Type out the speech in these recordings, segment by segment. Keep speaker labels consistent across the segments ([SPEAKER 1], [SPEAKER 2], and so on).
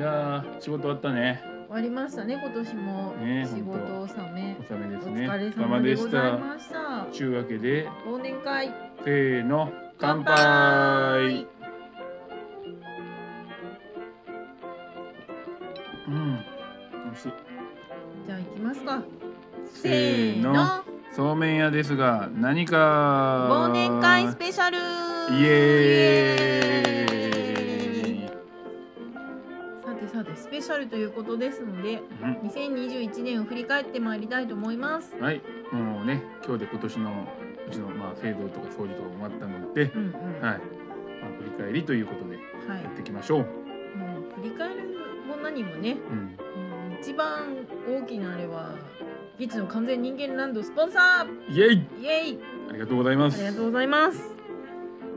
[SPEAKER 1] 仕事終わったね。
[SPEAKER 2] 終わりましたね今年も
[SPEAKER 1] ね
[SPEAKER 2] 仕事納め
[SPEAKER 1] おさめで
[SPEAKER 2] お
[SPEAKER 1] すね。
[SPEAKER 2] 疲れ様でござい
[SPEAKER 1] 様
[SPEAKER 2] ました
[SPEAKER 1] でした。ちゅうわけで、
[SPEAKER 2] 忘年会
[SPEAKER 1] せーの、乾
[SPEAKER 2] 乾
[SPEAKER 1] 杯
[SPEAKER 2] 杯
[SPEAKER 1] うん、美味しい。
[SPEAKER 2] じゃあ行きますか
[SPEAKER 1] せ
[SPEAKER 2] せ
[SPEAKER 1] ー
[SPEAKER 2] ー
[SPEAKER 1] の
[SPEAKER 2] の
[SPEAKER 1] そうめん屋ですが、何か
[SPEAKER 2] 忘年会スペシャル
[SPEAKER 1] イエー
[SPEAKER 2] イエ
[SPEAKER 1] イ
[SPEAKER 2] ーイさてさてスペシャルということですので2021年を振り返ってまいりたいと思います
[SPEAKER 1] うんはい、もうね、今日で今年のうちのまあ制度とか掃除とかも終わったので、
[SPEAKER 2] うんうんは
[SPEAKER 1] はい、まあ、振り返りということで
[SPEAKER 2] い
[SPEAKER 1] やっていきましょう。
[SPEAKER 2] もう振り返るも何もね
[SPEAKER 1] うん、
[SPEAKER 2] うん一番大きなあれはギチの完全人間ランドスポンサ
[SPEAKER 1] イエイ、
[SPEAKER 2] ーイエイ
[SPEAKER 1] ありがとうございま
[SPEAKER 2] あり
[SPEAKER 1] す。
[SPEAKER 2] がとうございます。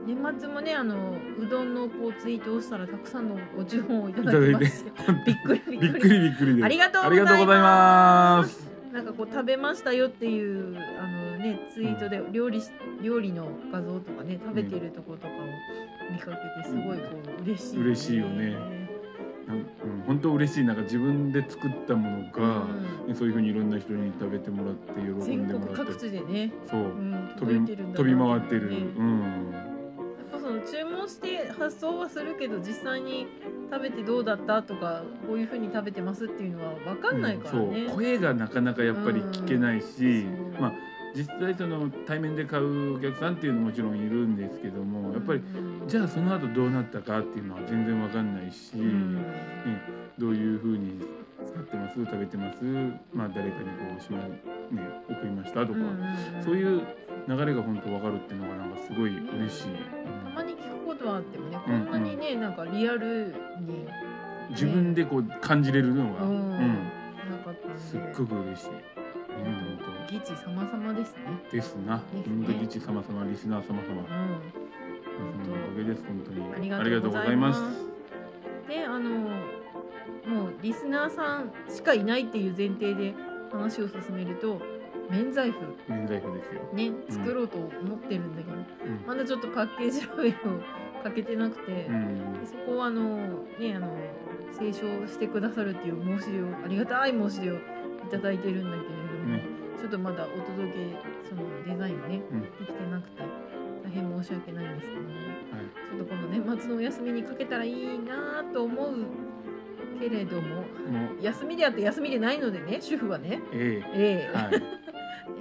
[SPEAKER 2] 年末もね、あのうどんのこうツイートをしたらたくさんのご注文をいただきまして、びっく
[SPEAKER 1] び
[SPEAKER 2] りび
[SPEAKER 1] っ
[SPEAKER 2] っ
[SPEAKER 1] く
[SPEAKER 2] く
[SPEAKER 1] り
[SPEAKER 2] り。
[SPEAKER 1] びっくりです。
[SPEAKER 2] ありがとう
[SPEAKER 1] ありがとうご
[SPEAKER 2] ご
[SPEAKER 1] ざ
[SPEAKER 2] ざ
[SPEAKER 1] い
[SPEAKER 2] い
[SPEAKER 1] ま。
[SPEAKER 2] ますなんかこう食べましたよっていうあのねツイートで料理し料理の画像とかね食べてるとことかを見かけてすごいこう嬉しい、
[SPEAKER 1] 嬉しいよねなんうん、本当嬉しい。なんか自分で作ったもの
[SPEAKER 2] う
[SPEAKER 1] が、
[SPEAKER 2] ん
[SPEAKER 1] ねそういう風にいろんな人に食べてもらって喜
[SPEAKER 2] 全
[SPEAKER 1] んで
[SPEAKER 2] 国
[SPEAKER 1] もらって
[SPEAKER 2] 各、地でね、
[SPEAKER 1] そうう、
[SPEAKER 2] ん、
[SPEAKER 1] 飛
[SPEAKER 2] 届い
[SPEAKER 1] び
[SPEAKER 2] てるんだ
[SPEAKER 1] 飛び
[SPEAKER 2] な
[SPEAKER 1] 回
[SPEAKER 2] 思
[SPEAKER 1] ってる。
[SPEAKER 2] ね
[SPEAKER 1] うん。
[SPEAKER 2] やっぱその注文して発送はするけど実際に食べてどうだったとかこういうふうに食べてますっていうのは分かんないからね、
[SPEAKER 1] うんそう声がなかなかやっぱり聞けないし、
[SPEAKER 2] うんそう
[SPEAKER 1] まあ実際その対面で買うお客さんっていうのももちろんいるんですけどもやっぱり
[SPEAKER 2] うん
[SPEAKER 1] じゃあその後どうなったかっていうのは全然わかんないし、
[SPEAKER 2] うん
[SPEAKER 1] どういう風に使ってます食べてますまあ誰かにこうしま、ね、送りましたとか、
[SPEAKER 2] うん
[SPEAKER 1] そういう流れが本当わかるっていうのがなんかすごい嬉しい、
[SPEAKER 2] たまに聞くことはあってもねこ
[SPEAKER 1] うん
[SPEAKER 2] んなにねなんかリアルに
[SPEAKER 1] 自分でこう感じれるのが、
[SPEAKER 2] う、
[SPEAKER 1] うんん
[SPEAKER 2] なかったんです
[SPEAKER 1] っごく嬉しい。ね、本当
[SPEAKER 2] ギチ様々ですね
[SPEAKER 1] ですな。
[SPEAKER 2] です
[SPEAKER 1] イン
[SPEAKER 2] ね
[SPEAKER 1] ドギチ様様、リスナー様様、
[SPEAKER 2] う
[SPEAKER 1] 皆様のおかげです。本当に
[SPEAKER 2] んありがとうござい
[SPEAKER 1] あ
[SPEAKER 2] ますであのもうリスナーさんしかいないっていう前提で話を進めると免罪符
[SPEAKER 1] りがとうございます免罪符ですよ。
[SPEAKER 2] ね作ろうと思ってるんだけど、
[SPEAKER 1] うん
[SPEAKER 2] まだちょっとパッケージラベルをかけてなくて、
[SPEAKER 1] う
[SPEAKER 2] で
[SPEAKER 1] ん、
[SPEAKER 2] そこをあのねあの清書してくださるっていう申し出をありがたい申し出をいただいてるんだけれども、
[SPEAKER 1] ね
[SPEAKER 2] ちょっとまだお届けそのデザインね、
[SPEAKER 1] うん
[SPEAKER 2] できてなくて大変申し訳ないんですけども、
[SPEAKER 1] はい
[SPEAKER 2] ちょっとこの年末のお休みにかけたらいいなと思うけれども
[SPEAKER 1] もう、
[SPEAKER 2] 休みであって休みでないのでね主婦はね
[SPEAKER 1] ええ
[SPEAKER 2] ええ
[SPEAKER 1] はい。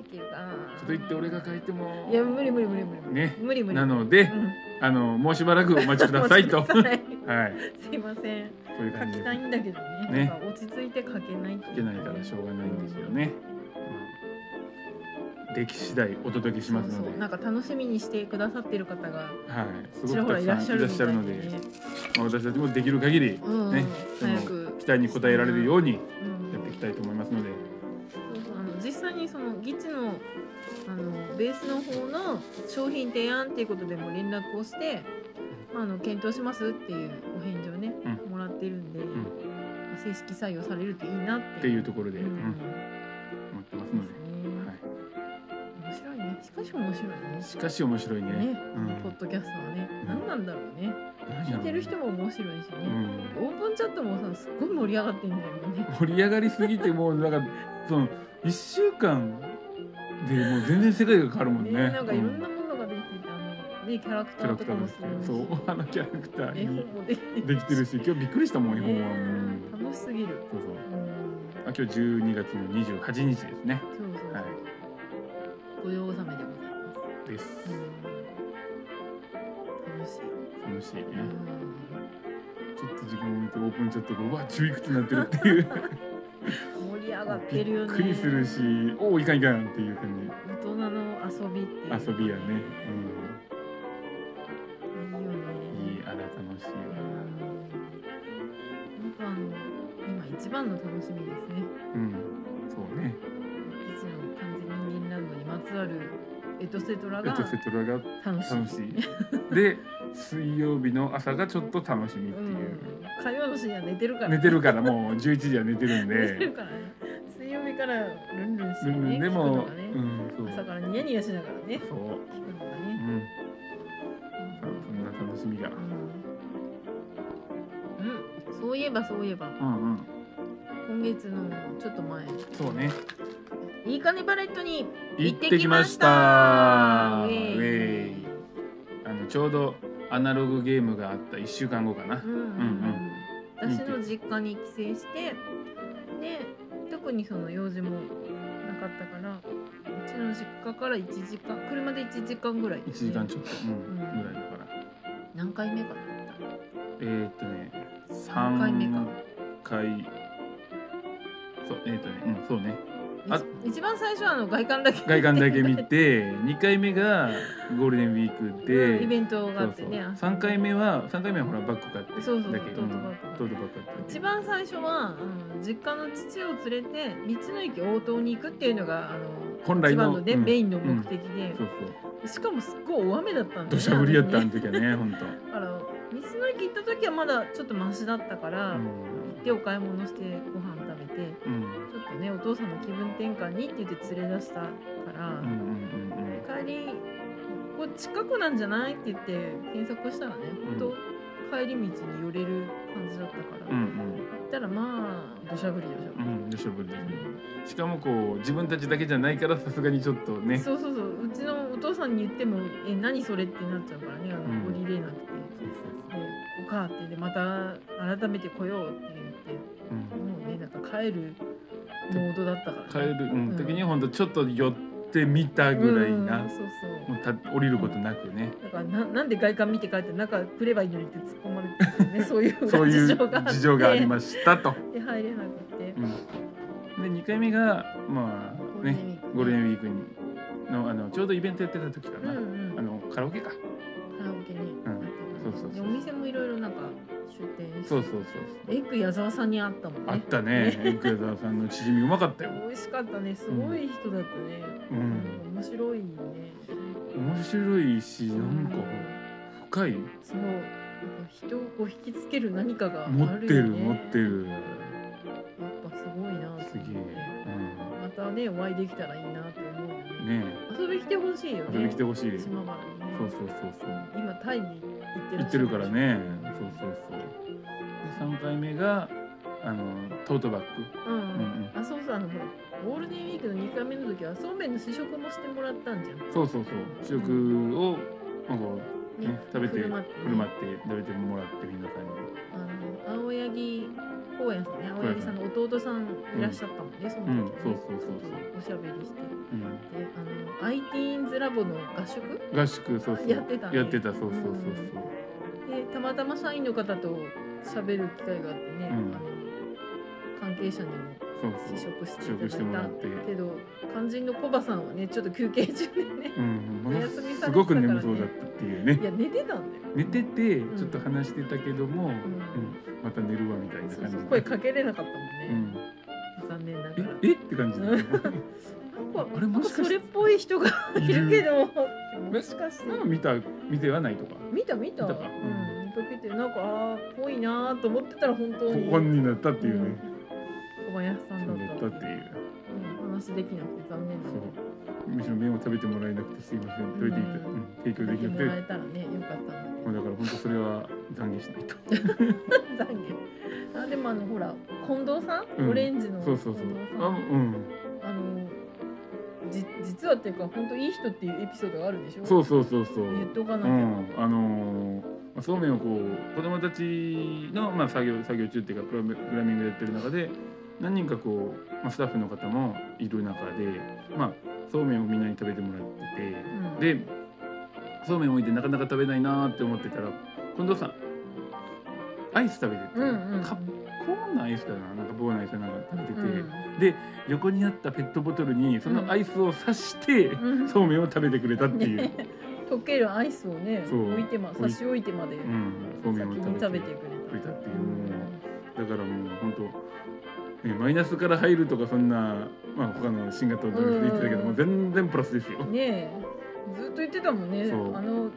[SPEAKER 1] ち
[SPEAKER 2] できるかな
[SPEAKER 1] ょっと言って俺が書いても。
[SPEAKER 2] いや無理無理無理無理無理
[SPEAKER 1] ね
[SPEAKER 2] 無理無理
[SPEAKER 1] なので
[SPEAKER 2] うん
[SPEAKER 1] あの、もうしばらくお待ちくださいと。
[SPEAKER 2] お
[SPEAKER 1] は
[SPEAKER 2] 待ちください
[SPEAKER 1] い。
[SPEAKER 2] すいません
[SPEAKER 1] そういう
[SPEAKER 2] 書
[SPEAKER 1] 感じ
[SPEAKER 2] き
[SPEAKER 1] で。
[SPEAKER 2] たい
[SPEAKER 1] 書
[SPEAKER 2] んだけどね
[SPEAKER 1] ね
[SPEAKER 2] なんか落ち着いて書けない書
[SPEAKER 1] けないからしょうがないんですよね。うんでき次第お届けしますので。
[SPEAKER 2] なんか楽しみにしてくださってる方が
[SPEAKER 1] はい。す
[SPEAKER 2] ち
[SPEAKER 1] ご
[SPEAKER 2] ら
[SPEAKER 1] く
[SPEAKER 2] ほ
[SPEAKER 1] た
[SPEAKER 2] ら
[SPEAKER 1] く
[SPEAKER 2] い
[SPEAKER 1] さん
[SPEAKER 2] らっしゃ
[SPEAKER 1] い
[SPEAKER 2] る
[SPEAKER 1] ら
[SPEAKER 2] み
[SPEAKER 1] っしゃ
[SPEAKER 2] た
[SPEAKER 1] る
[SPEAKER 2] い
[SPEAKER 1] の
[SPEAKER 2] で
[SPEAKER 1] で
[SPEAKER 2] ね、
[SPEAKER 1] まあ私たちもできる限り
[SPEAKER 2] うん
[SPEAKER 1] ねその
[SPEAKER 2] 早く
[SPEAKER 1] 期待に応えられるように
[SPEAKER 2] うん
[SPEAKER 1] やっていきたいと思いますので。
[SPEAKER 2] そうそうあの実際にそのギチのあのベースの方の商品提案っていうことでも連絡をして、まあ、あの検討しますっていうお返事をね、
[SPEAKER 1] う
[SPEAKER 2] もらってるんで、
[SPEAKER 1] ん
[SPEAKER 2] まあ正式採用されるといいなって
[SPEAKER 1] っていうところで、
[SPEAKER 2] う
[SPEAKER 1] うんん思ってます
[SPEAKER 2] で
[SPEAKER 1] の
[SPEAKER 2] す
[SPEAKER 1] で、
[SPEAKER 2] ね、
[SPEAKER 1] はい、
[SPEAKER 2] 面白いねしかし面白いね
[SPEAKER 1] しかし面白いね。
[SPEAKER 2] ね、
[SPEAKER 1] うん
[SPEAKER 2] ポッドキャストはね、
[SPEAKER 1] うん
[SPEAKER 2] 何なんだろうね
[SPEAKER 1] 何やろ
[SPEAKER 2] 聞いうてる人も面白いし
[SPEAKER 1] う
[SPEAKER 2] ね、
[SPEAKER 1] ん、
[SPEAKER 2] オープンチャットもさすっごい盛り上がってんだよね
[SPEAKER 1] 盛り上がりすぎてもうなんかその一週間でもう全然世界が変わるもんね。
[SPEAKER 2] ねなんかいろん
[SPEAKER 1] う
[SPEAKER 2] なものができててあのねキャラク
[SPEAKER 1] キ
[SPEAKER 2] タ
[SPEAKER 1] ャラ
[SPEAKER 2] ー
[SPEAKER 1] クタ
[SPEAKER 2] とか
[SPEAKER 1] ー
[SPEAKER 2] も
[SPEAKER 1] ですすね
[SPEAKER 2] る。し
[SPEAKER 1] そう、あのキャラクタ
[SPEAKER 2] 絵
[SPEAKER 1] ー
[SPEAKER 2] 本
[SPEAKER 1] に
[SPEAKER 2] もできて
[SPEAKER 1] できてるし、今日びっくりしたもん、絵本は。うん
[SPEAKER 2] ね楽しすぎ
[SPEAKER 1] そ
[SPEAKER 2] る
[SPEAKER 1] うそう。
[SPEAKER 2] うん
[SPEAKER 1] あ、今日12月の28日ですね。
[SPEAKER 2] そうそうそう、
[SPEAKER 1] はい
[SPEAKER 2] 御用納めでございます、
[SPEAKER 1] です。
[SPEAKER 2] うん、楽しい、
[SPEAKER 1] 楽しいね。
[SPEAKER 2] うん
[SPEAKER 1] ちょっと時間を見てオープンチャットが、うわ、ちびくつになってるっていう。
[SPEAKER 2] 盛り上がってるよ
[SPEAKER 1] び
[SPEAKER 2] ね
[SPEAKER 1] っくりするし、おお、いかんいかんっていう感
[SPEAKER 2] 大人の遊びっていうか
[SPEAKER 1] じ。遊びやね。う
[SPEAKER 2] いいよね
[SPEAKER 1] ん。いい、あら、楽しいわ。
[SPEAKER 2] なんかあの今一番の楽しみですね。
[SPEAKER 1] うん。そうね。
[SPEAKER 2] いつの完全人間ランドにまつわるエトセトラ
[SPEAKER 1] え
[SPEAKER 2] が
[SPEAKER 1] っと、セトラが
[SPEAKER 2] 楽しい。
[SPEAKER 1] 楽し い。で、水曜日の朝がちょっと楽しみって
[SPEAKER 2] う
[SPEAKER 1] いう。
[SPEAKER 2] ん。火曜の深夜寝てるから。
[SPEAKER 1] 寝てるから、もう11時は寝てるん
[SPEAKER 2] 寝て る
[SPEAKER 1] で。
[SPEAKER 2] からね。水曜日からルンルンして
[SPEAKER 1] う
[SPEAKER 2] ね。
[SPEAKER 1] ん、で
[SPEAKER 2] 聞く
[SPEAKER 1] も、
[SPEAKER 2] のがね
[SPEAKER 1] うん、そう。
[SPEAKER 2] 朝からニヤニヤしながらね。
[SPEAKER 1] そう。
[SPEAKER 2] 聞く
[SPEAKER 1] う
[SPEAKER 2] のがね。
[SPEAKER 1] ん。そんな楽しみが。
[SPEAKER 2] うん。うん、そそういえばそういえば
[SPEAKER 1] うんうん
[SPEAKER 2] 今月のちょっと前
[SPEAKER 1] そうね
[SPEAKER 2] いいかねパレットに
[SPEAKER 1] 行ってきました
[SPEAKER 2] ウ
[SPEAKER 1] ウ
[SPEAKER 2] ェイ
[SPEAKER 1] ェイあのちょうどアナログゲームがあった1週間後かな
[SPEAKER 2] うんうんう
[SPEAKER 1] うんん
[SPEAKER 2] 私の実家に帰省してで特にその用事もなかったからうちの実家から1時間車で1時間ぐらい
[SPEAKER 1] 1
[SPEAKER 2] です
[SPEAKER 1] 時
[SPEAKER 2] ね、
[SPEAKER 1] 間ちょっと、うん
[SPEAKER 2] うん
[SPEAKER 1] ぐらいだから
[SPEAKER 2] 何回目かな
[SPEAKER 1] えー、っとね
[SPEAKER 2] 3回目か
[SPEAKER 1] 3回そうえー、っとねうんそうねあ
[SPEAKER 2] 一一番最初はあの外観だけ
[SPEAKER 1] 外観だけ見て2回目がゴールデンウィークで
[SPEAKER 2] イベントがあ
[SPEAKER 1] そう
[SPEAKER 2] って
[SPEAKER 1] そう
[SPEAKER 2] ねあ
[SPEAKER 1] 3回目は三回目はほらバッグ買ってだけ
[SPEAKER 2] そうそうト
[SPEAKER 1] う
[SPEAKER 2] ー
[SPEAKER 1] ん
[SPEAKER 2] トバッグ
[SPEAKER 1] トートバッグ買って
[SPEAKER 2] 一番最初は、うん、実家の父を連れて道の駅応答に行くっていうのがあの
[SPEAKER 1] 本来の
[SPEAKER 2] 一番のね
[SPEAKER 1] うん
[SPEAKER 2] メインの目的で、
[SPEAKER 1] そうそう
[SPEAKER 2] しかもすっごい大雨だったんだよね
[SPEAKER 1] 土砂降りやった
[SPEAKER 2] あ
[SPEAKER 1] あ
[SPEAKER 2] の
[SPEAKER 1] の
[SPEAKER 2] 時ね
[SPEAKER 1] 時はね本当。
[SPEAKER 2] だから道の駅行った時はまだちょっとマシだったから、
[SPEAKER 1] う
[SPEAKER 2] 行
[SPEAKER 1] ん
[SPEAKER 2] ってお買い物してご飯食べて
[SPEAKER 1] うん
[SPEAKER 2] ちょっとねお父さんの気分転換にって言って連れ出したか
[SPEAKER 1] う
[SPEAKER 2] ら
[SPEAKER 1] んう、んうんうん
[SPEAKER 2] 帰りここ近くなんじゃないって言って検索したらね
[SPEAKER 1] う
[SPEAKER 2] ほん
[SPEAKER 1] ん
[SPEAKER 2] と帰り道に寄れる感じだったから、
[SPEAKER 1] う
[SPEAKER 2] 行
[SPEAKER 1] ん
[SPEAKER 2] ったらまあ土砂降りでしょ、
[SPEAKER 1] うんうん土砂降りですねしかもこう自分たちだけじゃないからさすがにちょっとね
[SPEAKER 2] そうそうそううちのお父さんに言っても「え何それ?」ってなっちゃうからねあの
[SPEAKER 1] うん
[SPEAKER 2] 降りれなくて
[SPEAKER 1] そうそう
[SPEAKER 2] 「でおか」ってでまた改めて来ようって言って
[SPEAKER 1] そううん
[SPEAKER 2] もうねなんか帰るモードだったから、ね、
[SPEAKER 1] 帰る、うん
[SPEAKER 2] うん
[SPEAKER 1] 時にほんとちょっと寄ってみたぐらいな、
[SPEAKER 2] うん
[SPEAKER 1] も
[SPEAKER 2] そうそう
[SPEAKER 1] うた降りることなくね、
[SPEAKER 2] だからななんで外観見て帰って中来ればいいのにって突っ込まれて たんですよねそういう
[SPEAKER 1] そういう
[SPEAKER 2] って
[SPEAKER 1] 事情がありましたと。
[SPEAKER 2] で入れなくて
[SPEAKER 1] うんで2回目がまあねゴ
[SPEAKER 2] ゴ
[SPEAKER 1] ー
[SPEAKER 2] ー
[SPEAKER 1] ル
[SPEAKER 2] ル
[SPEAKER 1] デ
[SPEAKER 2] デ
[SPEAKER 1] ンウィークにのあのちょうどイベントやってた時か
[SPEAKER 2] うん
[SPEAKER 1] な、
[SPEAKER 2] うん
[SPEAKER 1] あのカラオケか
[SPEAKER 2] カラオケになってた
[SPEAKER 1] うんそうそうそう
[SPEAKER 2] でお店もいろいろなんか出店して
[SPEAKER 1] そうそうそうそう
[SPEAKER 2] エッグ矢沢さんに会ったもんね
[SPEAKER 1] あったねエクザさんのチヂミうまかったよ、
[SPEAKER 2] 美味しかったねすごい人だったね、
[SPEAKER 1] う、
[SPEAKER 2] うん面白いね
[SPEAKER 1] 面白いしなんか深い
[SPEAKER 2] そうなんか人をこう引きつける何かがある
[SPEAKER 1] 持
[SPEAKER 2] よ、ね、
[SPEAKER 1] ってる持ってる
[SPEAKER 2] やっぱすごいな
[SPEAKER 1] す
[SPEAKER 2] と思って
[SPEAKER 1] げえ、
[SPEAKER 2] またねお会いできたらいいなって思うよね
[SPEAKER 1] うん、ね
[SPEAKER 2] 遊びに来てほしいよ
[SPEAKER 1] え
[SPEAKER 2] ね
[SPEAKER 1] 遊びに来てほしい
[SPEAKER 2] 島原にね
[SPEAKER 1] そうそうそうそう
[SPEAKER 2] 今タイに行って
[SPEAKER 1] 行
[SPEAKER 2] ら
[SPEAKER 1] っ
[SPEAKER 2] してゃ
[SPEAKER 1] る
[SPEAKER 2] る
[SPEAKER 1] からねそうそうそうで3回目があのトートバッグ
[SPEAKER 2] うん、
[SPEAKER 1] うんうん
[SPEAKER 2] あそうそうあのほらゴールデンウィークの2回目の時はそうめんの試食もしてもらったんじゃん
[SPEAKER 1] そうそうそう試食をなんかね食べて
[SPEAKER 2] 車
[SPEAKER 1] 車
[SPEAKER 2] っ
[SPEAKER 1] ってて
[SPEAKER 2] ね
[SPEAKER 1] 食べてもらってみんなさんに
[SPEAKER 2] あの青柳公園さんね青柳さんの弟さんいらっしゃったもんね、その時、
[SPEAKER 1] う
[SPEAKER 2] ね
[SPEAKER 1] んそうそうそうそう
[SPEAKER 2] ちょっとおしゃべりしてで
[SPEAKER 1] う
[SPEAKER 2] あの i t e e n s ラボの合宿
[SPEAKER 1] ん、合宿そうそう
[SPEAKER 2] やってたね
[SPEAKER 1] やってたそうそうそう
[SPEAKER 2] でたまたま社員の方としゃべる機会があってね、
[SPEAKER 1] うん
[SPEAKER 2] あの関係者にも
[SPEAKER 1] そう
[SPEAKER 2] 試
[SPEAKER 1] そうそう
[SPEAKER 2] 食して
[SPEAKER 1] 試食して
[SPEAKER 2] い
[SPEAKER 1] も
[SPEAKER 2] ただ
[SPEAKER 1] ら
[SPEAKER 2] い
[SPEAKER 1] って
[SPEAKER 2] たけど肝心のコバさんはねちょっと休憩中で ね
[SPEAKER 1] うん
[SPEAKER 2] お
[SPEAKER 1] もの
[SPEAKER 2] 休みされてたから
[SPEAKER 1] すご
[SPEAKER 2] ね
[SPEAKER 1] く眠そうだったっていうね
[SPEAKER 2] いや寝てたんだよ
[SPEAKER 1] 寝てて
[SPEAKER 2] ん
[SPEAKER 1] ちょっと話してたけども、うんまた寝るわみたいな
[SPEAKER 2] そう
[SPEAKER 1] 感じ
[SPEAKER 2] そう
[SPEAKER 1] で
[SPEAKER 2] 声かけれなかったもん
[SPEAKER 1] う
[SPEAKER 2] ね、
[SPEAKER 1] ん、
[SPEAKER 2] 残念なが
[SPEAKER 1] え
[SPEAKER 2] ら
[SPEAKER 1] えって感じで、
[SPEAKER 2] うん
[SPEAKER 1] ね、
[SPEAKER 2] なんか
[SPEAKER 1] あれもしかして
[SPEAKER 2] それっぽい人がいるけども
[SPEAKER 1] え
[SPEAKER 2] しかして
[SPEAKER 1] なんか見た見てはないとか
[SPEAKER 2] 見た見た
[SPEAKER 1] 見たか
[SPEAKER 2] うん見かけてなんかああっぽいなーと思ってたら本当に
[SPEAKER 1] 本人だったっていうね、
[SPEAKER 2] 小林さんだ
[SPEAKER 1] そうだった
[SPEAKER 2] っ
[SPEAKER 1] たっていう
[SPEAKER 2] うん話できなくて残念だ
[SPEAKER 1] そ
[SPEAKER 2] っ
[SPEAKER 1] うむしろ麺を食べてもらえなくてすいません食べていた、
[SPEAKER 2] うん
[SPEAKER 1] うん提
[SPEAKER 2] た
[SPEAKER 1] 供できな
[SPEAKER 2] も
[SPEAKER 1] くて
[SPEAKER 2] らえたらねよかったんだ
[SPEAKER 1] もうだから本当それは懺悔しないと
[SPEAKER 2] けど 残念あでもあのほら近藤さん、
[SPEAKER 1] うん
[SPEAKER 2] オレンジの
[SPEAKER 1] そ
[SPEAKER 2] 近
[SPEAKER 1] うそ
[SPEAKER 2] 藤さん
[SPEAKER 1] うそうあうん
[SPEAKER 2] あのじ実はっていうか本当いい人っていうエピソードがあるでしょ
[SPEAKER 1] そうそうそうそう
[SPEAKER 2] 言っとかな
[SPEAKER 1] う
[SPEAKER 2] きゃ、
[SPEAKER 1] ん、あのーまあそうめんをこう子供たちの、まあ、作業作業中っていうかプログラミングやってる中で何人かこう、まあ、スタッフの方もいる中で、まあ、そうめんをみんなに食べてもらっ
[SPEAKER 2] うん
[SPEAKER 1] ててでそうめん置いてなかなか食べないなーって思ってたら近藤さんアイス食べてて、
[SPEAKER 2] うんうん
[SPEAKER 1] カッコーンのアイスかななんか棒のアイスかなんか食べてて、
[SPEAKER 2] う
[SPEAKER 1] 横にあったペットボトルにそのアイスを刺して、
[SPEAKER 2] んうん
[SPEAKER 1] そうめんを食べてくれたっていう。
[SPEAKER 2] 溶けるアイスをね
[SPEAKER 1] そう
[SPEAKER 2] 置いてま
[SPEAKER 1] 置
[SPEAKER 2] 差
[SPEAKER 1] い
[SPEAKER 2] し置いてまで
[SPEAKER 1] うん、そう
[SPEAKER 2] 先
[SPEAKER 1] めんを
[SPEAKER 2] に
[SPEAKER 1] 食べて
[SPEAKER 2] 食べてくれ
[SPEAKER 1] くれたって
[SPEAKER 2] た
[SPEAKER 1] いうもうだからもう本当、ね、マイナスから入るとかそんな、まあ、他の新型のドリフト言ってたけども
[SPEAKER 2] うん
[SPEAKER 1] う全然プラスですよ
[SPEAKER 2] う。んねえずっと言ってたもんね
[SPEAKER 1] そう
[SPEAKER 2] あの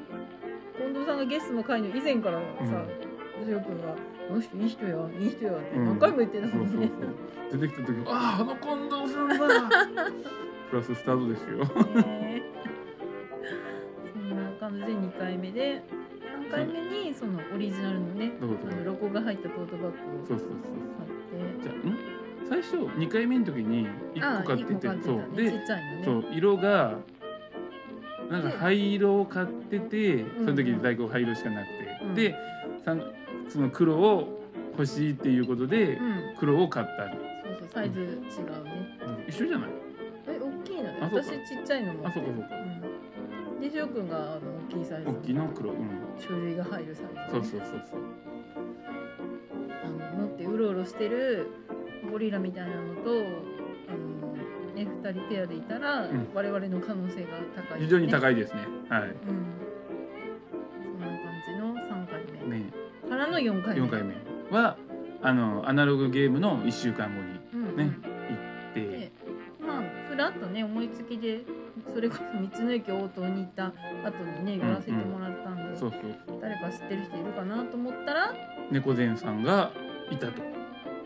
[SPEAKER 2] 近藤さんがゲストの回の以前からさ
[SPEAKER 1] うん
[SPEAKER 2] 藤尾君が「よしいい人やいい人や」って
[SPEAKER 1] うん
[SPEAKER 2] 何回も言って
[SPEAKER 1] そ
[SPEAKER 2] た
[SPEAKER 1] うそ
[SPEAKER 2] も
[SPEAKER 1] うん
[SPEAKER 2] ね
[SPEAKER 1] そう出てきた時もあああの近藤さんだ プラススタートですよ。
[SPEAKER 2] ねえそんな感じで2回目で3回目にそのオリジナルのね
[SPEAKER 1] どこ
[SPEAKER 2] あ
[SPEAKER 1] どこ
[SPEAKER 2] のロゴが入ったトートバッグを
[SPEAKER 1] そう
[SPEAKER 2] 買
[SPEAKER 1] そうそう
[SPEAKER 2] って
[SPEAKER 1] じゃあん最初2回目の時に1個買ってて
[SPEAKER 2] ああ一
[SPEAKER 1] そ
[SPEAKER 2] 個
[SPEAKER 1] う
[SPEAKER 2] 買ってたねち
[SPEAKER 1] で
[SPEAKER 2] っちゃいのね
[SPEAKER 1] そう色がなんか灰色を買ってて
[SPEAKER 2] ん
[SPEAKER 1] その時に在庫が灰色しかなくて、
[SPEAKER 2] うん
[SPEAKER 1] でさんその黒を欲しいっていうことで
[SPEAKER 2] うん
[SPEAKER 1] 黒を買ったの、
[SPEAKER 2] そうそうサイズ違うね
[SPEAKER 1] 一緒じゃない
[SPEAKER 2] え大きいのね
[SPEAKER 1] あそう
[SPEAKER 2] 私
[SPEAKER 1] か
[SPEAKER 2] ちっちゃいのも
[SPEAKER 1] あそうかそうか
[SPEAKER 2] うんで翔くんがあの大きいサイズ
[SPEAKER 1] 大きいの黒うん
[SPEAKER 2] 書類が入るサイズ
[SPEAKER 1] そうそうそうそう
[SPEAKER 2] あの持ってうろうろしてるゴリラみたいなのとあの、ね、2人ペアでいたら、
[SPEAKER 1] うん
[SPEAKER 2] 我々の可能性が高い、
[SPEAKER 1] 非常に
[SPEAKER 2] い、
[SPEAKER 1] 高いですねはい
[SPEAKER 2] うん、そんな感じの3回目、
[SPEAKER 1] ね
[SPEAKER 2] からの4回目
[SPEAKER 1] 4回目はあのアナログゲームの1週間後に
[SPEAKER 2] うん
[SPEAKER 1] ね
[SPEAKER 2] うん
[SPEAKER 1] で
[SPEAKER 2] でまあふらっとね思いつきでそれこそ道の駅応答に行った後にね寄らせてもらったんで、
[SPEAKER 1] そうそう
[SPEAKER 2] 誰か知ってる人いるかなと思ったら
[SPEAKER 1] 猫善さんがいたと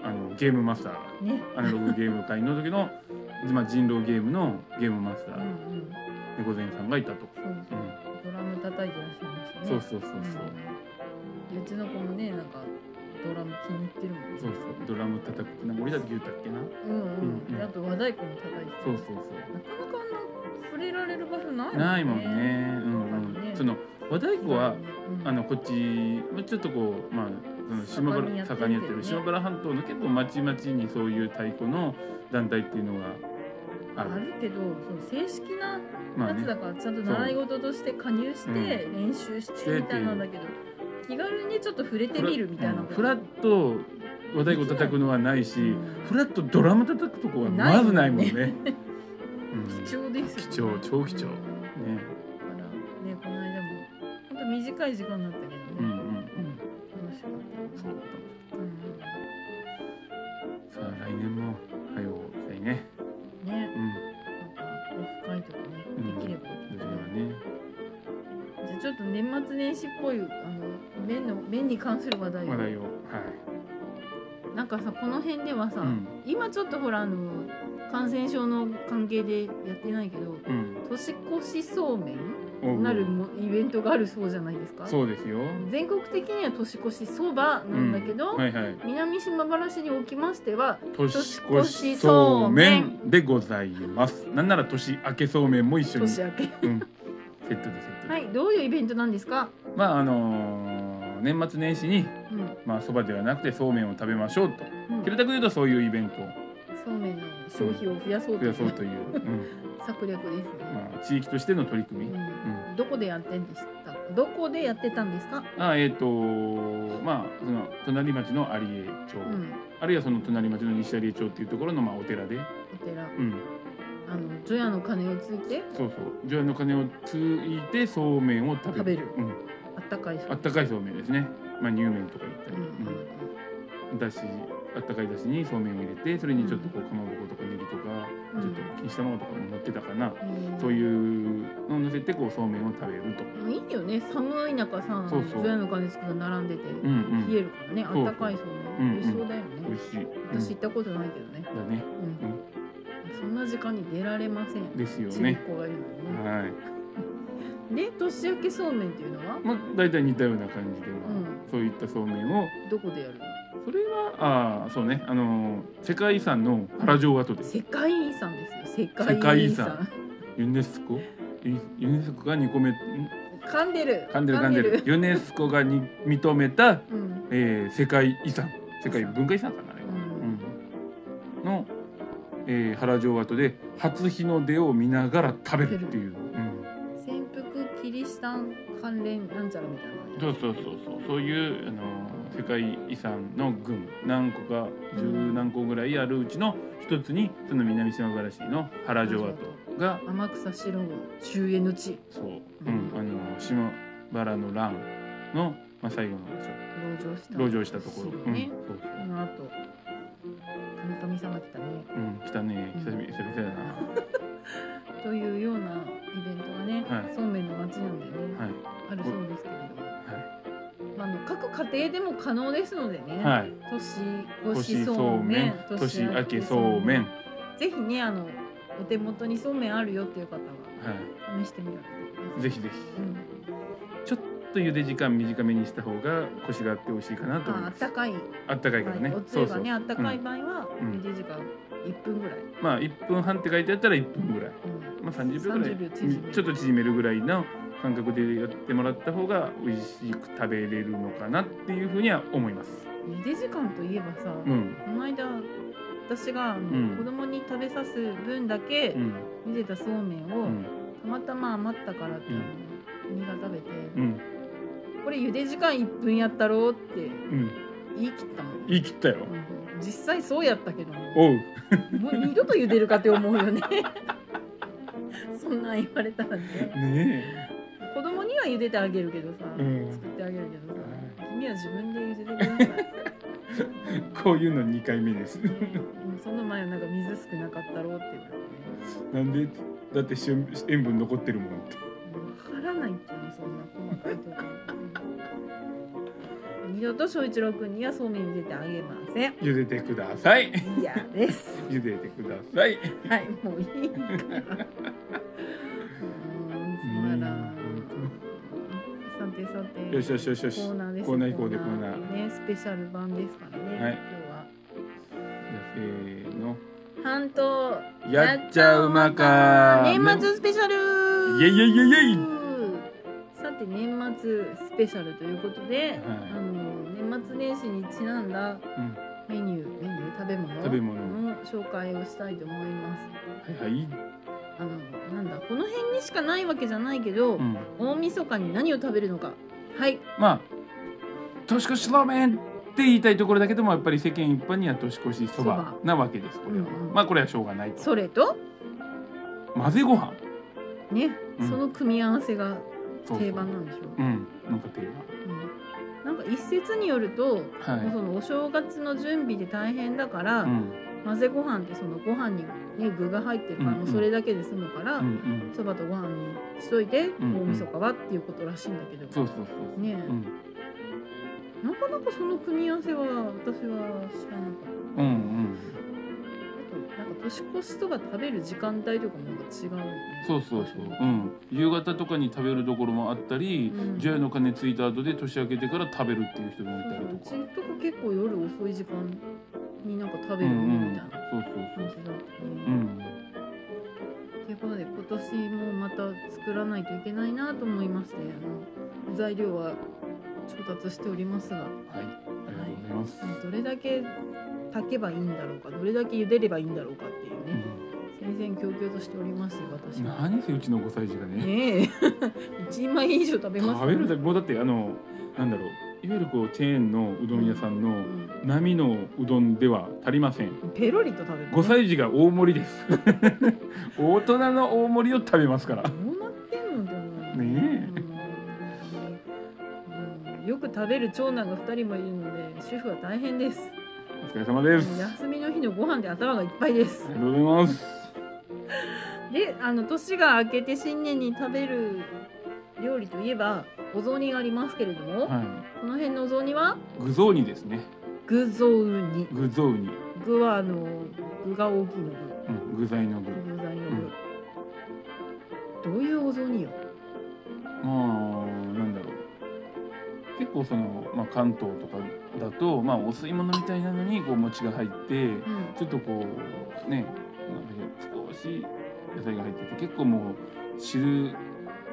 [SPEAKER 1] あのゲームマスター が
[SPEAKER 2] ね
[SPEAKER 1] アナログゲーム会の時の、まあ、人狼ゲームのゲームマスタ
[SPEAKER 2] うんう
[SPEAKER 1] ー
[SPEAKER 2] ん
[SPEAKER 1] 猫善さんがいたと、
[SPEAKER 2] そう
[SPEAKER 1] う、
[SPEAKER 2] そうんドラム叩いてらっしゃいましたね
[SPEAKER 1] そうそうそうそう
[SPEAKER 2] うんうちの子もねなんかドラム気に入ってるもんね
[SPEAKER 1] そうそうドラム叩くなんか俺だって言ったっけな
[SPEAKER 2] うん
[SPEAKER 1] うんう
[SPEAKER 2] う
[SPEAKER 1] ん
[SPEAKER 2] ん、であと和太鼓も叩いてた
[SPEAKER 1] そうそう
[SPEAKER 2] なかなかあの触れられる場所ないも
[SPEAKER 1] そうん
[SPEAKER 2] ね
[SPEAKER 1] ないもんねうんうんその和太鼓は
[SPEAKER 2] うん
[SPEAKER 1] あのこっちまあちょっとこうまあその島
[SPEAKER 2] 盛んにや
[SPEAKER 1] 原
[SPEAKER 2] って
[SPEAKER 1] 盛
[SPEAKER 2] る
[SPEAKER 1] んにやって
[SPEAKER 2] よ
[SPEAKER 1] る
[SPEAKER 2] ね
[SPEAKER 1] 島原半島の結構まちまちにそういう太鼓の団体っていうのがあ
[SPEAKER 2] あ
[SPEAKER 1] る
[SPEAKER 2] るけどその正式な
[SPEAKER 1] まあ
[SPEAKER 2] やつだ
[SPEAKER 1] ね
[SPEAKER 2] からちゃんと習い事として加入して練習してみたいなんだけど、気軽にちょっと触れてみるみたいな
[SPEAKER 1] うん
[SPEAKER 2] こと
[SPEAKER 1] フラッと和太鼓叩くのはないし、
[SPEAKER 2] うん
[SPEAKER 1] フラッとドラム叩くとこはまずないもん ね。うん
[SPEAKER 2] 貴重です
[SPEAKER 1] 貴重超貴重
[SPEAKER 2] うんだ
[SPEAKER 1] ね、
[SPEAKER 2] からねこの間も本当短い時間だったけどね、
[SPEAKER 1] うんうんうん、
[SPEAKER 2] 楽しかったよね
[SPEAKER 1] そうだ
[SPEAKER 2] うん
[SPEAKER 1] さあ来年も早う来たいね。
[SPEAKER 2] ね
[SPEAKER 1] う
[SPEAKER 2] なんかオフ会とかね、
[SPEAKER 1] うん
[SPEAKER 2] できればいい
[SPEAKER 1] ん、
[SPEAKER 2] け
[SPEAKER 1] どち
[SPEAKER 2] ど
[SPEAKER 1] らはね。
[SPEAKER 2] じゃあちょっと年末年始っぽいあの麺の麺に関する話題を
[SPEAKER 1] 話題をは
[SPEAKER 2] なんかさこの辺ではさ、
[SPEAKER 1] い。うん
[SPEAKER 2] 今ちょっとほらあの感染症の関係でやってないけど
[SPEAKER 1] うん
[SPEAKER 2] 年越しそうめん
[SPEAKER 1] おう。
[SPEAKER 2] なるもイベントがあるそうじゃないですか
[SPEAKER 1] そうですよ。
[SPEAKER 2] 全国的には年越しそばなんだけど、
[SPEAKER 1] はいはい。
[SPEAKER 2] 南島原市におきましては
[SPEAKER 1] 年越しそうめんでございます。なんなら年明けそうめんも一緒に。
[SPEAKER 2] 年明け
[SPEAKER 1] うん。セットでセットで。
[SPEAKER 2] はいどういうイベントなんですか、
[SPEAKER 1] まああのー年末年始に
[SPEAKER 2] うん
[SPEAKER 1] まあそばではなくてそうめんを食べましょうと。
[SPEAKER 2] うん
[SPEAKER 1] 平たく言うとそういうイベントを
[SPEAKER 2] そうめんの消費を増やそうと
[SPEAKER 1] 増
[SPEAKER 2] い
[SPEAKER 1] やそう
[SPEAKER 2] う
[SPEAKER 1] という、うん
[SPEAKER 2] 策略ですね、
[SPEAKER 1] まあ、地域としての取り組み。
[SPEAKER 2] うんどこでやってんでしたどこでやってたんですか、
[SPEAKER 1] あえっ、とまあその隣町の有江町、
[SPEAKER 2] うん、
[SPEAKER 1] あるいはその隣町の西有江町っていうところのまあお寺で、
[SPEAKER 2] お寺
[SPEAKER 1] うん、
[SPEAKER 2] あの除夜の鐘をついて
[SPEAKER 1] そうそう除夜の鐘をついてそうめんを食べるう
[SPEAKER 2] 食
[SPEAKER 1] ん、
[SPEAKER 2] あったかい
[SPEAKER 1] あったかいそうめんですね、まあ、乳麺とか言ったり、
[SPEAKER 2] うんうん
[SPEAKER 1] うん、だしあったかいだしにそうめんを入れてそれにちょっとこうかまぼことかねぎとか、
[SPEAKER 2] うん
[SPEAKER 1] ちょっと錦糸卵とかも乗ってたかな、
[SPEAKER 2] うん
[SPEAKER 1] そういうのを乗せてこうそうめんを食べると。
[SPEAKER 2] いいよね寒い中さ
[SPEAKER 1] そうそう
[SPEAKER 2] 除夜の鐘つくの並んでて、
[SPEAKER 1] うんうん、
[SPEAKER 2] 冷えるからねあ
[SPEAKER 1] そう
[SPEAKER 2] ったかいそう
[SPEAKER 1] う
[SPEAKER 2] め
[SPEAKER 1] んうん
[SPEAKER 2] ん美味しそうだよ
[SPEAKER 1] 美
[SPEAKER 2] ね
[SPEAKER 1] 味、しい、うん
[SPEAKER 2] 私行ったことないけどね、
[SPEAKER 1] だね
[SPEAKER 2] うんそんな時間に出られません
[SPEAKER 1] ですよ
[SPEAKER 2] ちびっ
[SPEAKER 1] ね
[SPEAKER 2] 子がいるのにね
[SPEAKER 1] はい
[SPEAKER 2] で年明けそうめんっていうのは
[SPEAKER 1] まあ、大体似たような感じで、まあ
[SPEAKER 2] うん
[SPEAKER 1] そういったそうめんを
[SPEAKER 2] どこでやるの
[SPEAKER 1] それはああそうねあのー世界遺産の原城跡です
[SPEAKER 2] 世界遺産です
[SPEAKER 1] 世
[SPEAKER 2] よ世界
[SPEAKER 1] 界
[SPEAKER 2] 遺
[SPEAKER 1] 遺
[SPEAKER 2] 産
[SPEAKER 1] 産ユネスコユユネスコが2個目ん
[SPEAKER 2] 噛んでる
[SPEAKER 1] 噛んでる噛んでるユネスコがに認めた、
[SPEAKER 2] うん
[SPEAKER 1] えー世界遺産世界文化遺産かなあれは、
[SPEAKER 2] うん
[SPEAKER 1] うんの、えー原城跡で初日の出を見ながら食べるっていう、
[SPEAKER 2] 潜伏キリシタン関連なんちゃらみたいな
[SPEAKER 1] うん、そうそうそうそうそういうあのー世界遺産の群何個か十何個ぐらいあるうちの一つにその南島原市の原城跡が
[SPEAKER 2] 天草四郎終焉の地
[SPEAKER 1] そう、う
[SPEAKER 2] う
[SPEAKER 1] んん、あの島原の乱の、まあ、最後の場所
[SPEAKER 2] 籠城した
[SPEAKER 1] 籠城したところ、
[SPEAKER 2] 城ね、
[SPEAKER 1] うん、そうそ
[SPEAKER 2] この後神々様来たね
[SPEAKER 1] う、うん、来たね久々久々だな、
[SPEAKER 2] というようなイベントがね、
[SPEAKER 1] はい
[SPEAKER 2] そうめんの街なんでね、
[SPEAKER 1] はい
[SPEAKER 2] あるそうですけれども、まあ、あの各家庭でも可能ですのでね、
[SPEAKER 1] はい、はい、
[SPEAKER 2] 年越しそうめん
[SPEAKER 1] 年明けそうめん、は
[SPEAKER 2] ぜひねあのお手元にそうめんあるよっていう方は試してみられてください
[SPEAKER 1] い、ぜひぜひ
[SPEAKER 2] うん
[SPEAKER 1] ちょっと茹で時間短めにした方がコシがあって美味しいかなと思い
[SPEAKER 2] ああ
[SPEAKER 1] ま
[SPEAKER 2] っ
[SPEAKER 1] す
[SPEAKER 2] たかい、
[SPEAKER 1] あったかいからね、
[SPEAKER 2] おつ
[SPEAKER 1] そ
[SPEAKER 2] ゆ
[SPEAKER 1] うそ
[SPEAKER 2] が
[SPEAKER 1] う
[SPEAKER 2] ねあったかい
[SPEAKER 1] うん
[SPEAKER 2] 場合は
[SPEAKER 1] うん
[SPEAKER 2] 茹で時間1分ぐらい、
[SPEAKER 1] まあ1分半って書いてあったら1分ぐらい
[SPEAKER 2] うん
[SPEAKER 1] まあ30秒ぐらい
[SPEAKER 2] 30秒縮める
[SPEAKER 1] ちょっと縮めるぐらいの感覚でやってもらった方が美味しく食べれるのかなっていうふうには思います
[SPEAKER 2] 茹で時間といえばさ、
[SPEAKER 1] うん
[SPEAKER 2] この間私があの
[SPEAKER 1] うん
[SPEAKER 2] 子供に食べさす分だけ
[SPEAKER 1] うん
[SPEAKER 2] 茹でたそうめん
[SPEAKER 1] う
[SPEAKER 2] を
[SPEAKER 1] ん
[SPEAKER 2] たまたま余ったからっていうのを君が食べて、
[SPEAKER 1] うん
[SPEAKER 2] これ茹で時間1分やったろうっ
[SPEAKER 1] う
[SPEAKER 2] て
[SPEAKER 1] ん
[SPEAKER 2] 言い切ったもん、
[SPEAKER 1] 言い切ったよ
[SPEAKER 2] うん実際そうやったけども
[SPEAKER 1] おう
[SPEAKER 2] もう二度と茹でるかって思うよね そんなん言われたらね
[SPEAKER 1] ね
[SPEAKER 2] 子供には茹でてあげるけどさ、
[SPEAKER 1] うん
[SPEAKER 2] 作ってあげるけどさ
[SPEAKER 1] は
[SPEAKER 2] 君は自分で茹でてください、
[SPEAKER 1] えこういうの2回目です
[SPEAKER 2] うん、その前はなんか水少なかったろうって言われてね
[SPEAKER 1] なんでだって塩塩分残ってるもんって
[SPEAKER 2] 分からないっていうのそんな細かいところ二度と翔一郎君にはそうめん茹でてあげません
[SPEAKER 1] 茹でてください
[SPEAKER 2] 嫌です
[SPEAKER 1] 茹でてください
[SPEAKER 2] はい、もういいから。うーん、つまらんさてさて。
[SPEAKER 1] よしよしよしよし
[SPEAKER 2] コーナーです。
[SPEAKER 1] コーナー行こうでコーナー
[SPEAKER 2] ね、スペシャル版ですからね。
[SPEAKER 1] はい
[SPEAKER 2] 今
[SPEAKER 1] じゃあせーの
[SPEAKER 2] 日は。半島。
[SPEAKER 1] やっちゃうまか
[SPEAKER 2] 年末スペシャル。
[SPEAKER 1] イエイイエイイエイイエイ
[SPEAKER 2] さて、年末スペシャルということで、
[SPEAKER 1] い
[SPEAKER 2] あの、年末年始にちなんだ。
[SPEAKER 1] うん
[SPEAKER 2] メニュー、メニュー、食べ物。
[SPEAKER 1] 食べ物
[SPEAKER 2] の紹介をしたいと思います。
[SPEAKER 1] はいはい
[SPEAKER 2] あのなんだこの辺にしかないわけじゃないけど、
[SPEAKER 1] うん
[SPEAKER 2] 大晦日に何を食べるのかはい
[SPEAKER 1] まあ年越しラーメンって言いたいところだけどもやっぱり世間一般には年越しそば
[SPEAKER 2] そば
[SPEAKER 1] なわけですこれは、
[SPEAKER 2] うんうん
[SPEAKER 1] まあこれはしょうがないと
[SPEAKER 2] それと
[SPEAKER 1] 混ぜご飯
[SPEAKER 2] ね、
[SPEAKER 1] うん
[SPEAKER 2] その組み合わせが
[SPEAKER 1] そうそう
[SPEAKER 2] 定番なんでしょう
[SPEAKER 1] うんなんか定
[SPEAKER 2] うんなんか一説によると、
[SPEAKER 1] 番
[SPEAKER 2] もう
[SPEAKER 1] は
[SPEAKER 2] そのお正月の準備で大変だから、
[SPEAKER 1] いうん
[SPEAKER 2] 混ぜご飯ってそのご飯に、ね、具が入ってるから、
[SPEAKER 1] うんうん
[SPEAKER 2] もうそれだけで済むから、
[SPEAKER 1] うんうん
[SPEAKER 2] そばとご飯にしといて、
[SPEAKER 1] んうん
[SPEAKER 2] 大晦日はっていうことらしいんだけど、
[SPEAKER 1] そうそうそう
[SPEAKER 2] ねえ
[SPEAKER 1] うん
[SPEAKER 2] なかなかその組み合わせは私は知らなかった。
[SPEAKER 1] うんうん
[SPEAKER 2] あとなんか年越しとか食べる時間帯とかもなんか違うよね。
[SPEAKER 1] そうそうそううん夕方とかに食べるところもあったり
[SPEAKER 2] うん
[SPEAKER 1] 除夜、の鐘ついた後で年明けてから食べるっていう人もい
[SPEAKER 2] そう
[SPEAKER 1] たり
[SPEAKER 2] そうう
[SPEAKER 1] と
[SPEAKER 2] ち
[SPEAKER 1] か
[SPEAKER 2] とか結構夜遅い時間になんか食
[SPEAKER 1] う
[SPEAKER 2] べ
[SPEAKER 1] ん
[SPEAKER 2] る
[SPEAKER 1] う
[SPEAKER 2] み
[SPEAKER 1] ん
[SPEAKER 2] たいな
[SPEAKER 1] そうそう
[SPEAKER 2] 感
[SPEAKER 1] そう
[SPEAKER 2] じだった
[SPEAKER 1] う
[SPEAKER 2] ね。
[SPEAKER 1] ん
[SPEAKER 2] ということで今年もまた作らないといけないなと思いまして、あの材料は調達しておりますが、
[SPEAKER 1] はいありがとうございます、
[SPEAKER 2] どれだけ炊けばいいんだろうか、どれだけ茹でればいいんだろうかっていうね、戦々恐々としておりますよ
[SPEAKER 1] う
[SPEAKER 2] 私
[SPEAKER 1] ん、
[SPEAKER 2] は。
[SPEAKER 1] 何せうちの5歳児がね
[SPEAKER 2] ねえ、 一人前以上食べます
[SPEAKER 1] 食
[SPEAKER 2] から
[SPEAKER 1] べるだけもうだってあのなんだろういわゆるこうチェーンのうどん屋さん
[SPEAKER 2] う
[SPEAKER 1] の
[SPEAKER 2] ん
[SPEAKER 1] 並のうどんでは足りません
[SPEAKER 2] ペロリと食べる、ね。
[SPEAKER 1] 5歳児が大盛りです大人の大盛りを食べますから
[SPEAKER 2] どうなってんのでも。
[SPEAKER 1] ね
[SPEAKER 2] うんうんよく食べる長男が2人もいるので主婦は大変です
[SPEAKER 1] お疲れ様です
[SPEAKER 2] もう休みの日のご飯で頭がいっぱいです
[SPEAKER 1] ありがとうございます
[SPEAKER 2] であの年が明けて新年に食べる料理といえばお雑煮がありますけれども、
[SPEAKER 1] は
[SPEAKER 2] この辺のお雑煮はい
[SPEAKER 1] 具雑煮ですね
[SPEAKER 2] 具雑煮
[SPEAKER 1] 具雑煮、
[SPEAKER 2] 具はあの具が大きいの
[SPEAKER 1] うん、具材の具
[SPEAKER 2] 具具材の具、どういうお雑煮よ、
[SPEAKER 1] まあなんだろう結構その、まあ、関東とかだと、まあ、お吸い物みたいなのにこう餅が入って
[SPEAKER 2] うん
[SPEAKER 1] ちょっとこうねなんか少し野菜が入ってて結構もう汁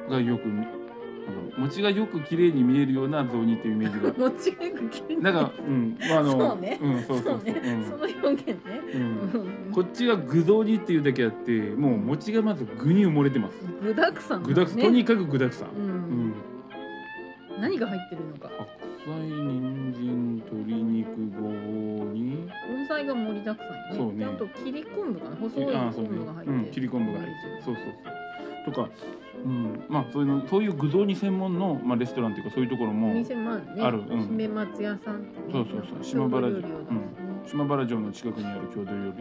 [SPEAKER 1] がよくみなんか餅がよく綺麗に見えるような雑煮っていうイメージが
[SPEAKER 2] もちろん切れ
[SPEAKER 1] なんかうんまああの
[SPEAKER 2] そうね
[SPEAKER 1] んそうそうそう
[SPEAKER 2] そうね、その表現ね。
[SPEAKER 1] うんうん
[SPEAKER 2] うん
[SPEAKER 1] こっちが具雑煮っていうだけあってもう餅がまず具に埋もれてます
[SPEAKER 2] 具だくさんだね。
[SPEAKER 1] 具だくさんとにかく具だくさん、
[SPEAKER 2] う
[SPEAKER 1] うんん、
[SPEAKER 2] 何が入ってるのか。
[SPEAKER 1] 白菜人参鶏肉ごぼうに
[SPEAKER 2] 根菜が盛りだくさんよ
[SPEAKER 1] そう
[SPEAKER 2] ね。
[SPEAKER 1] ね
[SPEAKER 2] であと切り昆布かな。細い
[SPEAKER 1] あ
[SPEAKER 2] 昆
[SPEAKER 1] ーそうね
[SPEAKER 2] 布が入っ
[SPEAKER 1] う
[SPEAKER 2] てる。
[SPEAKER 1] ん、切り昆布が入ってるそうそうそうとか、うん、まあそういうのそういう具雑煮専門の、まあ、レストランというかそういうところ
[SPEAKER 2] お
[SPEAKER 1] も
[SPEAKER 2] 店もあるね。
[SPEAKER 1] あるうん
[SPEAKER 2] 姫松屋さんってね。
[SPEAKER 1] そうそうそう
[SPEAKER 2] 島
[SPEAKER 1] 島
[SPEAKER 2] 原
[SPEAKER 1] 原
[SPEAKER 2] 料理を出すね。
[SPEAKER 1] 島原城の近くにある郷土料理屋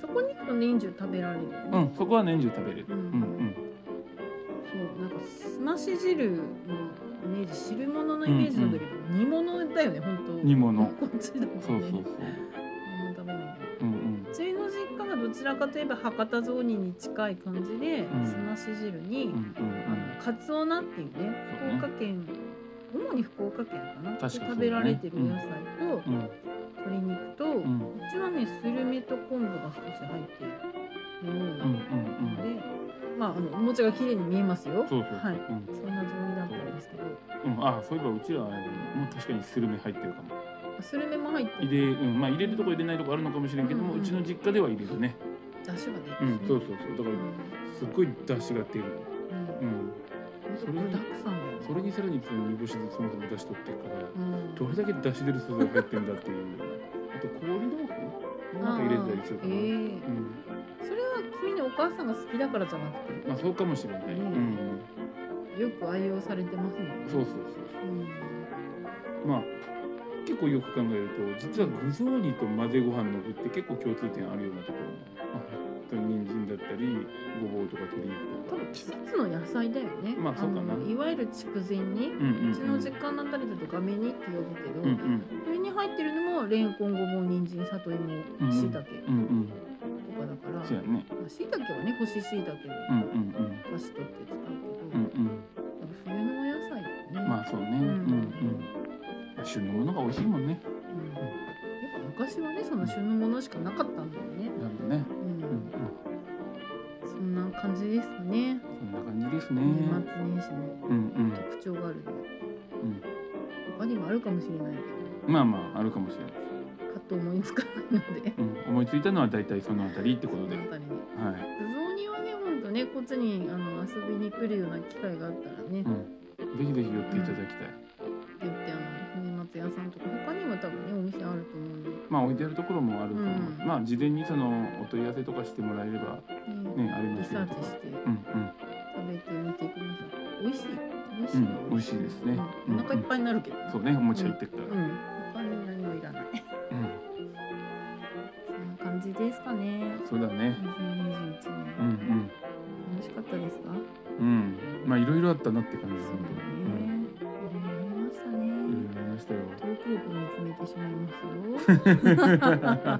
[SPEAKER 2] そこに行くと年中食べられるよね。
[SPEAKER 1] さん、うん、そこは年中食べれる、
[SPEAKER 2] う
[SPEAKER 1] うんんうん
[SPEAKER 2] そうなんかすまし汁のイメージ汁物のイメージなんだけど、煮物だよね本当。
[SPEAKER 1] 煮物
[SPEAKER 2] こっちだもんね。
[SPEAKER 1] そうそうそう、
[SPEAKER 2] あんま食べないけど。
[SPEAKER 1] うんうん
[SPEAKER 2] うちの実家がどちらかといえば博多雑煮に近い感じで、
[SPEAKER 1] うん
[SPEAKER 2] すまし汁に、
[SPEAKER 1] うんうんうん
[SPEAKER 2] かつお菜っていうね
[SPEAKER 1] そうね
[SPEAKER 2] 福岡県主に福岡県かな
[SPEAKER 1] 確かにそうだね
[SPEAKER 2] 食べられてるお野菜と
[SPEAKER 1] うん
[SPEAKER 2] 鶏肉と、う
[SPEAKER 1] うん
[SPEAKER 2] ちはねスルメと昆布が少し入っているよう
[SPEAKER 1] うんう
[SPEAKER 2] な
[SPEAKER 1] う
[SPEAKER 2] んので、
[SPEAKER 1] ん
[SPEAKER 2] まああのお餅が綺麗に見えますよ
[SPEAKER 1] そうそうそう、
[SPEAKER 2] はい、
[SPEAKER 1] うん
[SPEAKER 2] そんなつもりだったんですけど
[SPEAKER 1] うん、あそういえばうちらはもう確かにスルメ入ってるかも
[SPEAKER 2] あスルメも入って
[SPEAKER 1] 入
[SPEAKER 2] る
[SPEAKER 1] れ,、うんまあ、入れるとこ入れないとこあるのかもしれんけども、
[SPEAKER 2] う
[SPEAKER 1] うん
[SPEAKER 2] うん
[SPEAKER 1] ちの実家では入れるね
[SPEAKER 2] 出汁が出て
[SPEAKER 1] う
[SPEAKER 2] る
[SPEAKER 1] んそうそうそうだか
[SPEAKER 2] うん
[SPEAKER 1] らすっごい出汁が出る
[SPEAKER 2] うん
[SPEAKER 1] うん
[SPEAKER 2] ほんと具だくさんだよね
[SPEAKER 1] それにさらにその煮干しでそもそも出汁取ってるから
[SPEAKER 2] うん
[SPEAKER 1] どれだけ出汁出る素材入ってんだっていうあと氷豆腐なんか入れてたりするかな、
[SPEAKER 2] あーえ
[SPEAKER 1] うん
[SPEAKER 2] えそれは君のお母さんが好きだからじゃなく
[SPEAKER 1] まあそうかもしれない、
[SPEAKER 2] うん
[SPEAKER 1] うん
[SPEAKER 2] てよく愛用されてますもんね
[SPEAKER 1] そうそうそう
[SPEAKER 2] うん
[SPEAKER 1] まあ結構よく考えると実は具雑煮と混ぜご飯の具って結構共通点あるようなところも、まあ、えっと人参だったりごぼうとか鶏肉と
[SPEAKER 2] 多
[SPEAKER 1] か
[SPEAKER 2] 分季節の野菜だよね、
[SPEAKER 1] まあそうかな
[SPEAKER 2] のいわゆる筑前
[SPEAKER 1] うん
[SPEAKER 2] 煮
[SPEAKER 1] うんうん
[SPEAKER 2] うちの実家のあたりだと画面煮って呼ぶけど、
[SPEAKER 1] うんうん
[SPEAKER 2] それに入ってるのもレンコンごぼう人参里
[SPEAKER 1] うん
[SPEAKER 2] 芋しいたけと
[SPEAKER 1] うんうん
[SPEAKER 2] かだから
[SPEAKER 1] そうやね
[SPEAKER 2] しいたけはね干ししいたけを
[SPEAKER 1] うんうん
[SPEAKER 2] だしとって使うけど、
[SPEAKER 1] うんうんうん
[SPEAKER 2] なんか冬のお野菜だよね、
[SPEAKER 1] まあそうねうん
[SPEAKER 2] ん
[SPEAKER 1] うんまあ旬のものが美味しいもんね
[SPEAKER 2] うんやっぱ昔はねその旬のものしかなかったんだよね、
[SPEAKER 1] なるほどね
[SPEAKER 2] うん
[SPEAKER 1] うんうん
[SPEAKER 2] そんな感じですかね
[SPEAKER 1] そんな感じですね
[SPEAKER 2] 年末年始の
[SPEAKER 1] うんうん
[SPEAKER 2] 特徴があるの
[SPEAKER 1] うん
[SPEAKER 2] 他にもあるかもしれないけ
[SPEAKER 1] まあまああるかもしれない、
[SPEAKER 2] どパッと思いつかないので。
[SPEAKER 1] うん、思いついたのは大体そのあたりって
[SPEAKER 2] そ
[SPEAKER 1] こと
[SPEAKER 2] の
[SPEAKER 1] で
[SPEAKER 2] あたりに
[SPEAKER 1] はい、
[SPEAKER 2] 具雑煮はね、本当ね、こっちにあの遊びに来るような機会があったらね、
[SPEAKER 1] う
[SPEAKER 2] よ
[SPEAKER 1] ん、ぜひぜひ寄っていただきたい、
[SPEAKER 2] ってあの年末屋さんとか他にも多分ねお店あると思うんで、
[SPEAKER 1] まあ置いてあるところもあると思う、
[SPEAKER 2] うん
[SPEAKER 1] まあ事前にそのお問い合わせとかしてもらえれば
[SPEAKER 2] ね
[SPEAKER 1] ねありま
[SPEAKER 2] リ
[SPEAKER 1] す
[SPEAKER 2] サ
[SPEAKER 1] よ
[SPEAKER 2] ー
[SPEAKER 1] と
[SPEAKER 2] チ
[SPEAKER 1] か
[SPEAKER 2] して
[SPEAKER 1] うんうん
[SPEAKER 2] 食べてみてください。美味しい、美味しい、
[SPEAKER 1] うん美味しいですね
[SPEAKER 2] うん
[SPEAKER 1] うん
[SPEAKER 2] お腹いっぱいになるけど、
[SPEAKER 1] そうねおもちゃ入ってくか
[SPEAKER 2] うん、他に何もいらない。
[SPEAKER 1] らうん、
[SPEAKER 2] そんな感じですかね。
[SPEAKER 1] そうだね
[SPEAKER 2] 2021年、
[SPEAKER 1] うんうん
[SPEAKER 2] 楽しかったですか？
[SPEAKER 1] うんまあいろいろあったなって感
[SPEAKER 2] そう
[SPEAKER 1] じ
[SPEAKER 2] だね
[SPEAKER 1] 本当に。
[SPEAKER 2] いろいろありました
[SPEAKER 1] うんいろいろありま
[SPEAKER 2] ね。
[SPEAKER 1] したよ
[SPEAKER 2] トーク力見つめてしまいます よ。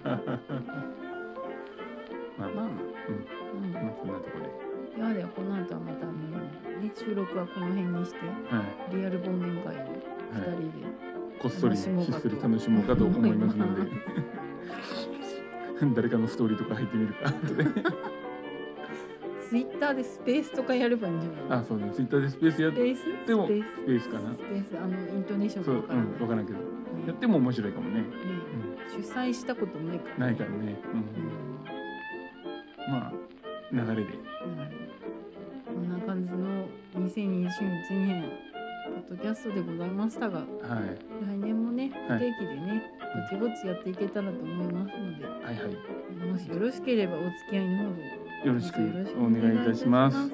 [SPEAKER 1] まあま
[SPEAKER 2] ま
[SPEAKER 1] あ
[SPEAKER 2] あまあ。う
[SPEAKER 1] まあ
[SPEAKER 2] ん
[SPEAKER 1] そんなところで
[SPEAKER 2] ではではこの後はまたあの、ね、収録はこの辺にして
[SPEAKER 1] は
[SPEAKER 2] リアル忘年会を
[SPEAKER 1] い、はい、
[SPEAKER 2] 2人で
[SPEAKER 1] こっそりひっそり楽しもうかと思いますので誰かのストーリーとか入ってみるか後で
[SPEAKER 2] ツイッターでスペースとかやればいいんじゃない
[SPEAKER 1] あそうねツイッターでスペースやっ
[SPEAKER 2] スペース
[SPEAKER 1] でも
[SPEAKER 2] スペース
[SPEAKER 1] スペースかな
[SPEAKER 2] スペースあのイントネーション
[SPEAKER 1] そう
[SPEAKER 2] が
[SPEAKER 1] う
[SPEAKER 2] わからな
[SPEAKER 1] ん
[SPEAKER 2] い、
[SPEAKER 1] 分からんけどやっ
[SPEAKER 2] ね
[SPEAKER 1] ても面白いかもね
[SPEAKER 2] ね主催したことないから
[SPEAKER 1] ないからね、う、
[SPEAKER 2] うんんだ
[SPEAKER 1] まあ流れで
[SPEAKER 2] からねこんな感じの2021年ポッドキャストでございましたが
[SPEAKER 1] はい
[SPEAKER 2] 来年もね
[SPEAKER 1] は
[SPEAKER 2] 不
[SPEAKER 1] い
[SPEAKER 2] 定期でね、ぼちぼちやっていけたらと思いますので
[SPEAKER 1] はいはい
[SPEAKER 2] もしよろしければお付き合いのほど
[SPEAKER 1] よろしくお願いいたします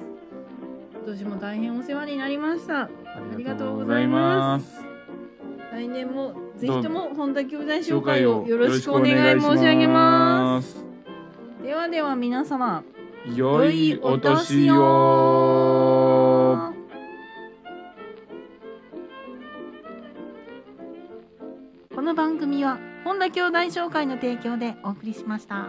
[SPEAKER 2] 今年も大変お世話になりました
[SPEAKER 1] あ
[SPEAKER 2] 願い
[SPEAKER 1] り
[SPEAKER 2] いたします
[SPEAKER 1] がとうございます
[SPEAKER 2] 来年もぜひとも本田兄弟
[SPEAKER 1] 紹
[SPEAKER 2] 紹
[SPEAKER 1] 介
[SPEAKER 2] 介
[SPEAKER 1] を
[SPEAKER 2] を
[SPEAKER 1] よ
[SPEAKER 2] よ
[SPEAKER 1] ろ
[SPEAKER 2] ろ
[SPEAKER 1] し
[SPEAKER 2] し
[SPEAKER 1] く
[SPEAKER 2] く
[SPEAKER 1] お
[SPEAKER 2] お
[SPEAKER 1] 願
[SPEAKER 2] 願
[SPEAKER 1] い
[SPEAKER 2] い
[SPEAKER 1] 申
[SPEAKER 2] 申
[SPEAKER 1] し
[SPEAKER 2] し
[SPEAKER 1] 上
[SPEAKER 2] 上
[SPEAKER 1] げ
[SPEAKER 2] げ
[SPEAKER 1] ま
[SPEAKER 2] ますすではでは皆様
[SPEAKER 1] 良いお年を
[SPEAKER 2] この番組は本田兄弟紹介の提供でお送りしました。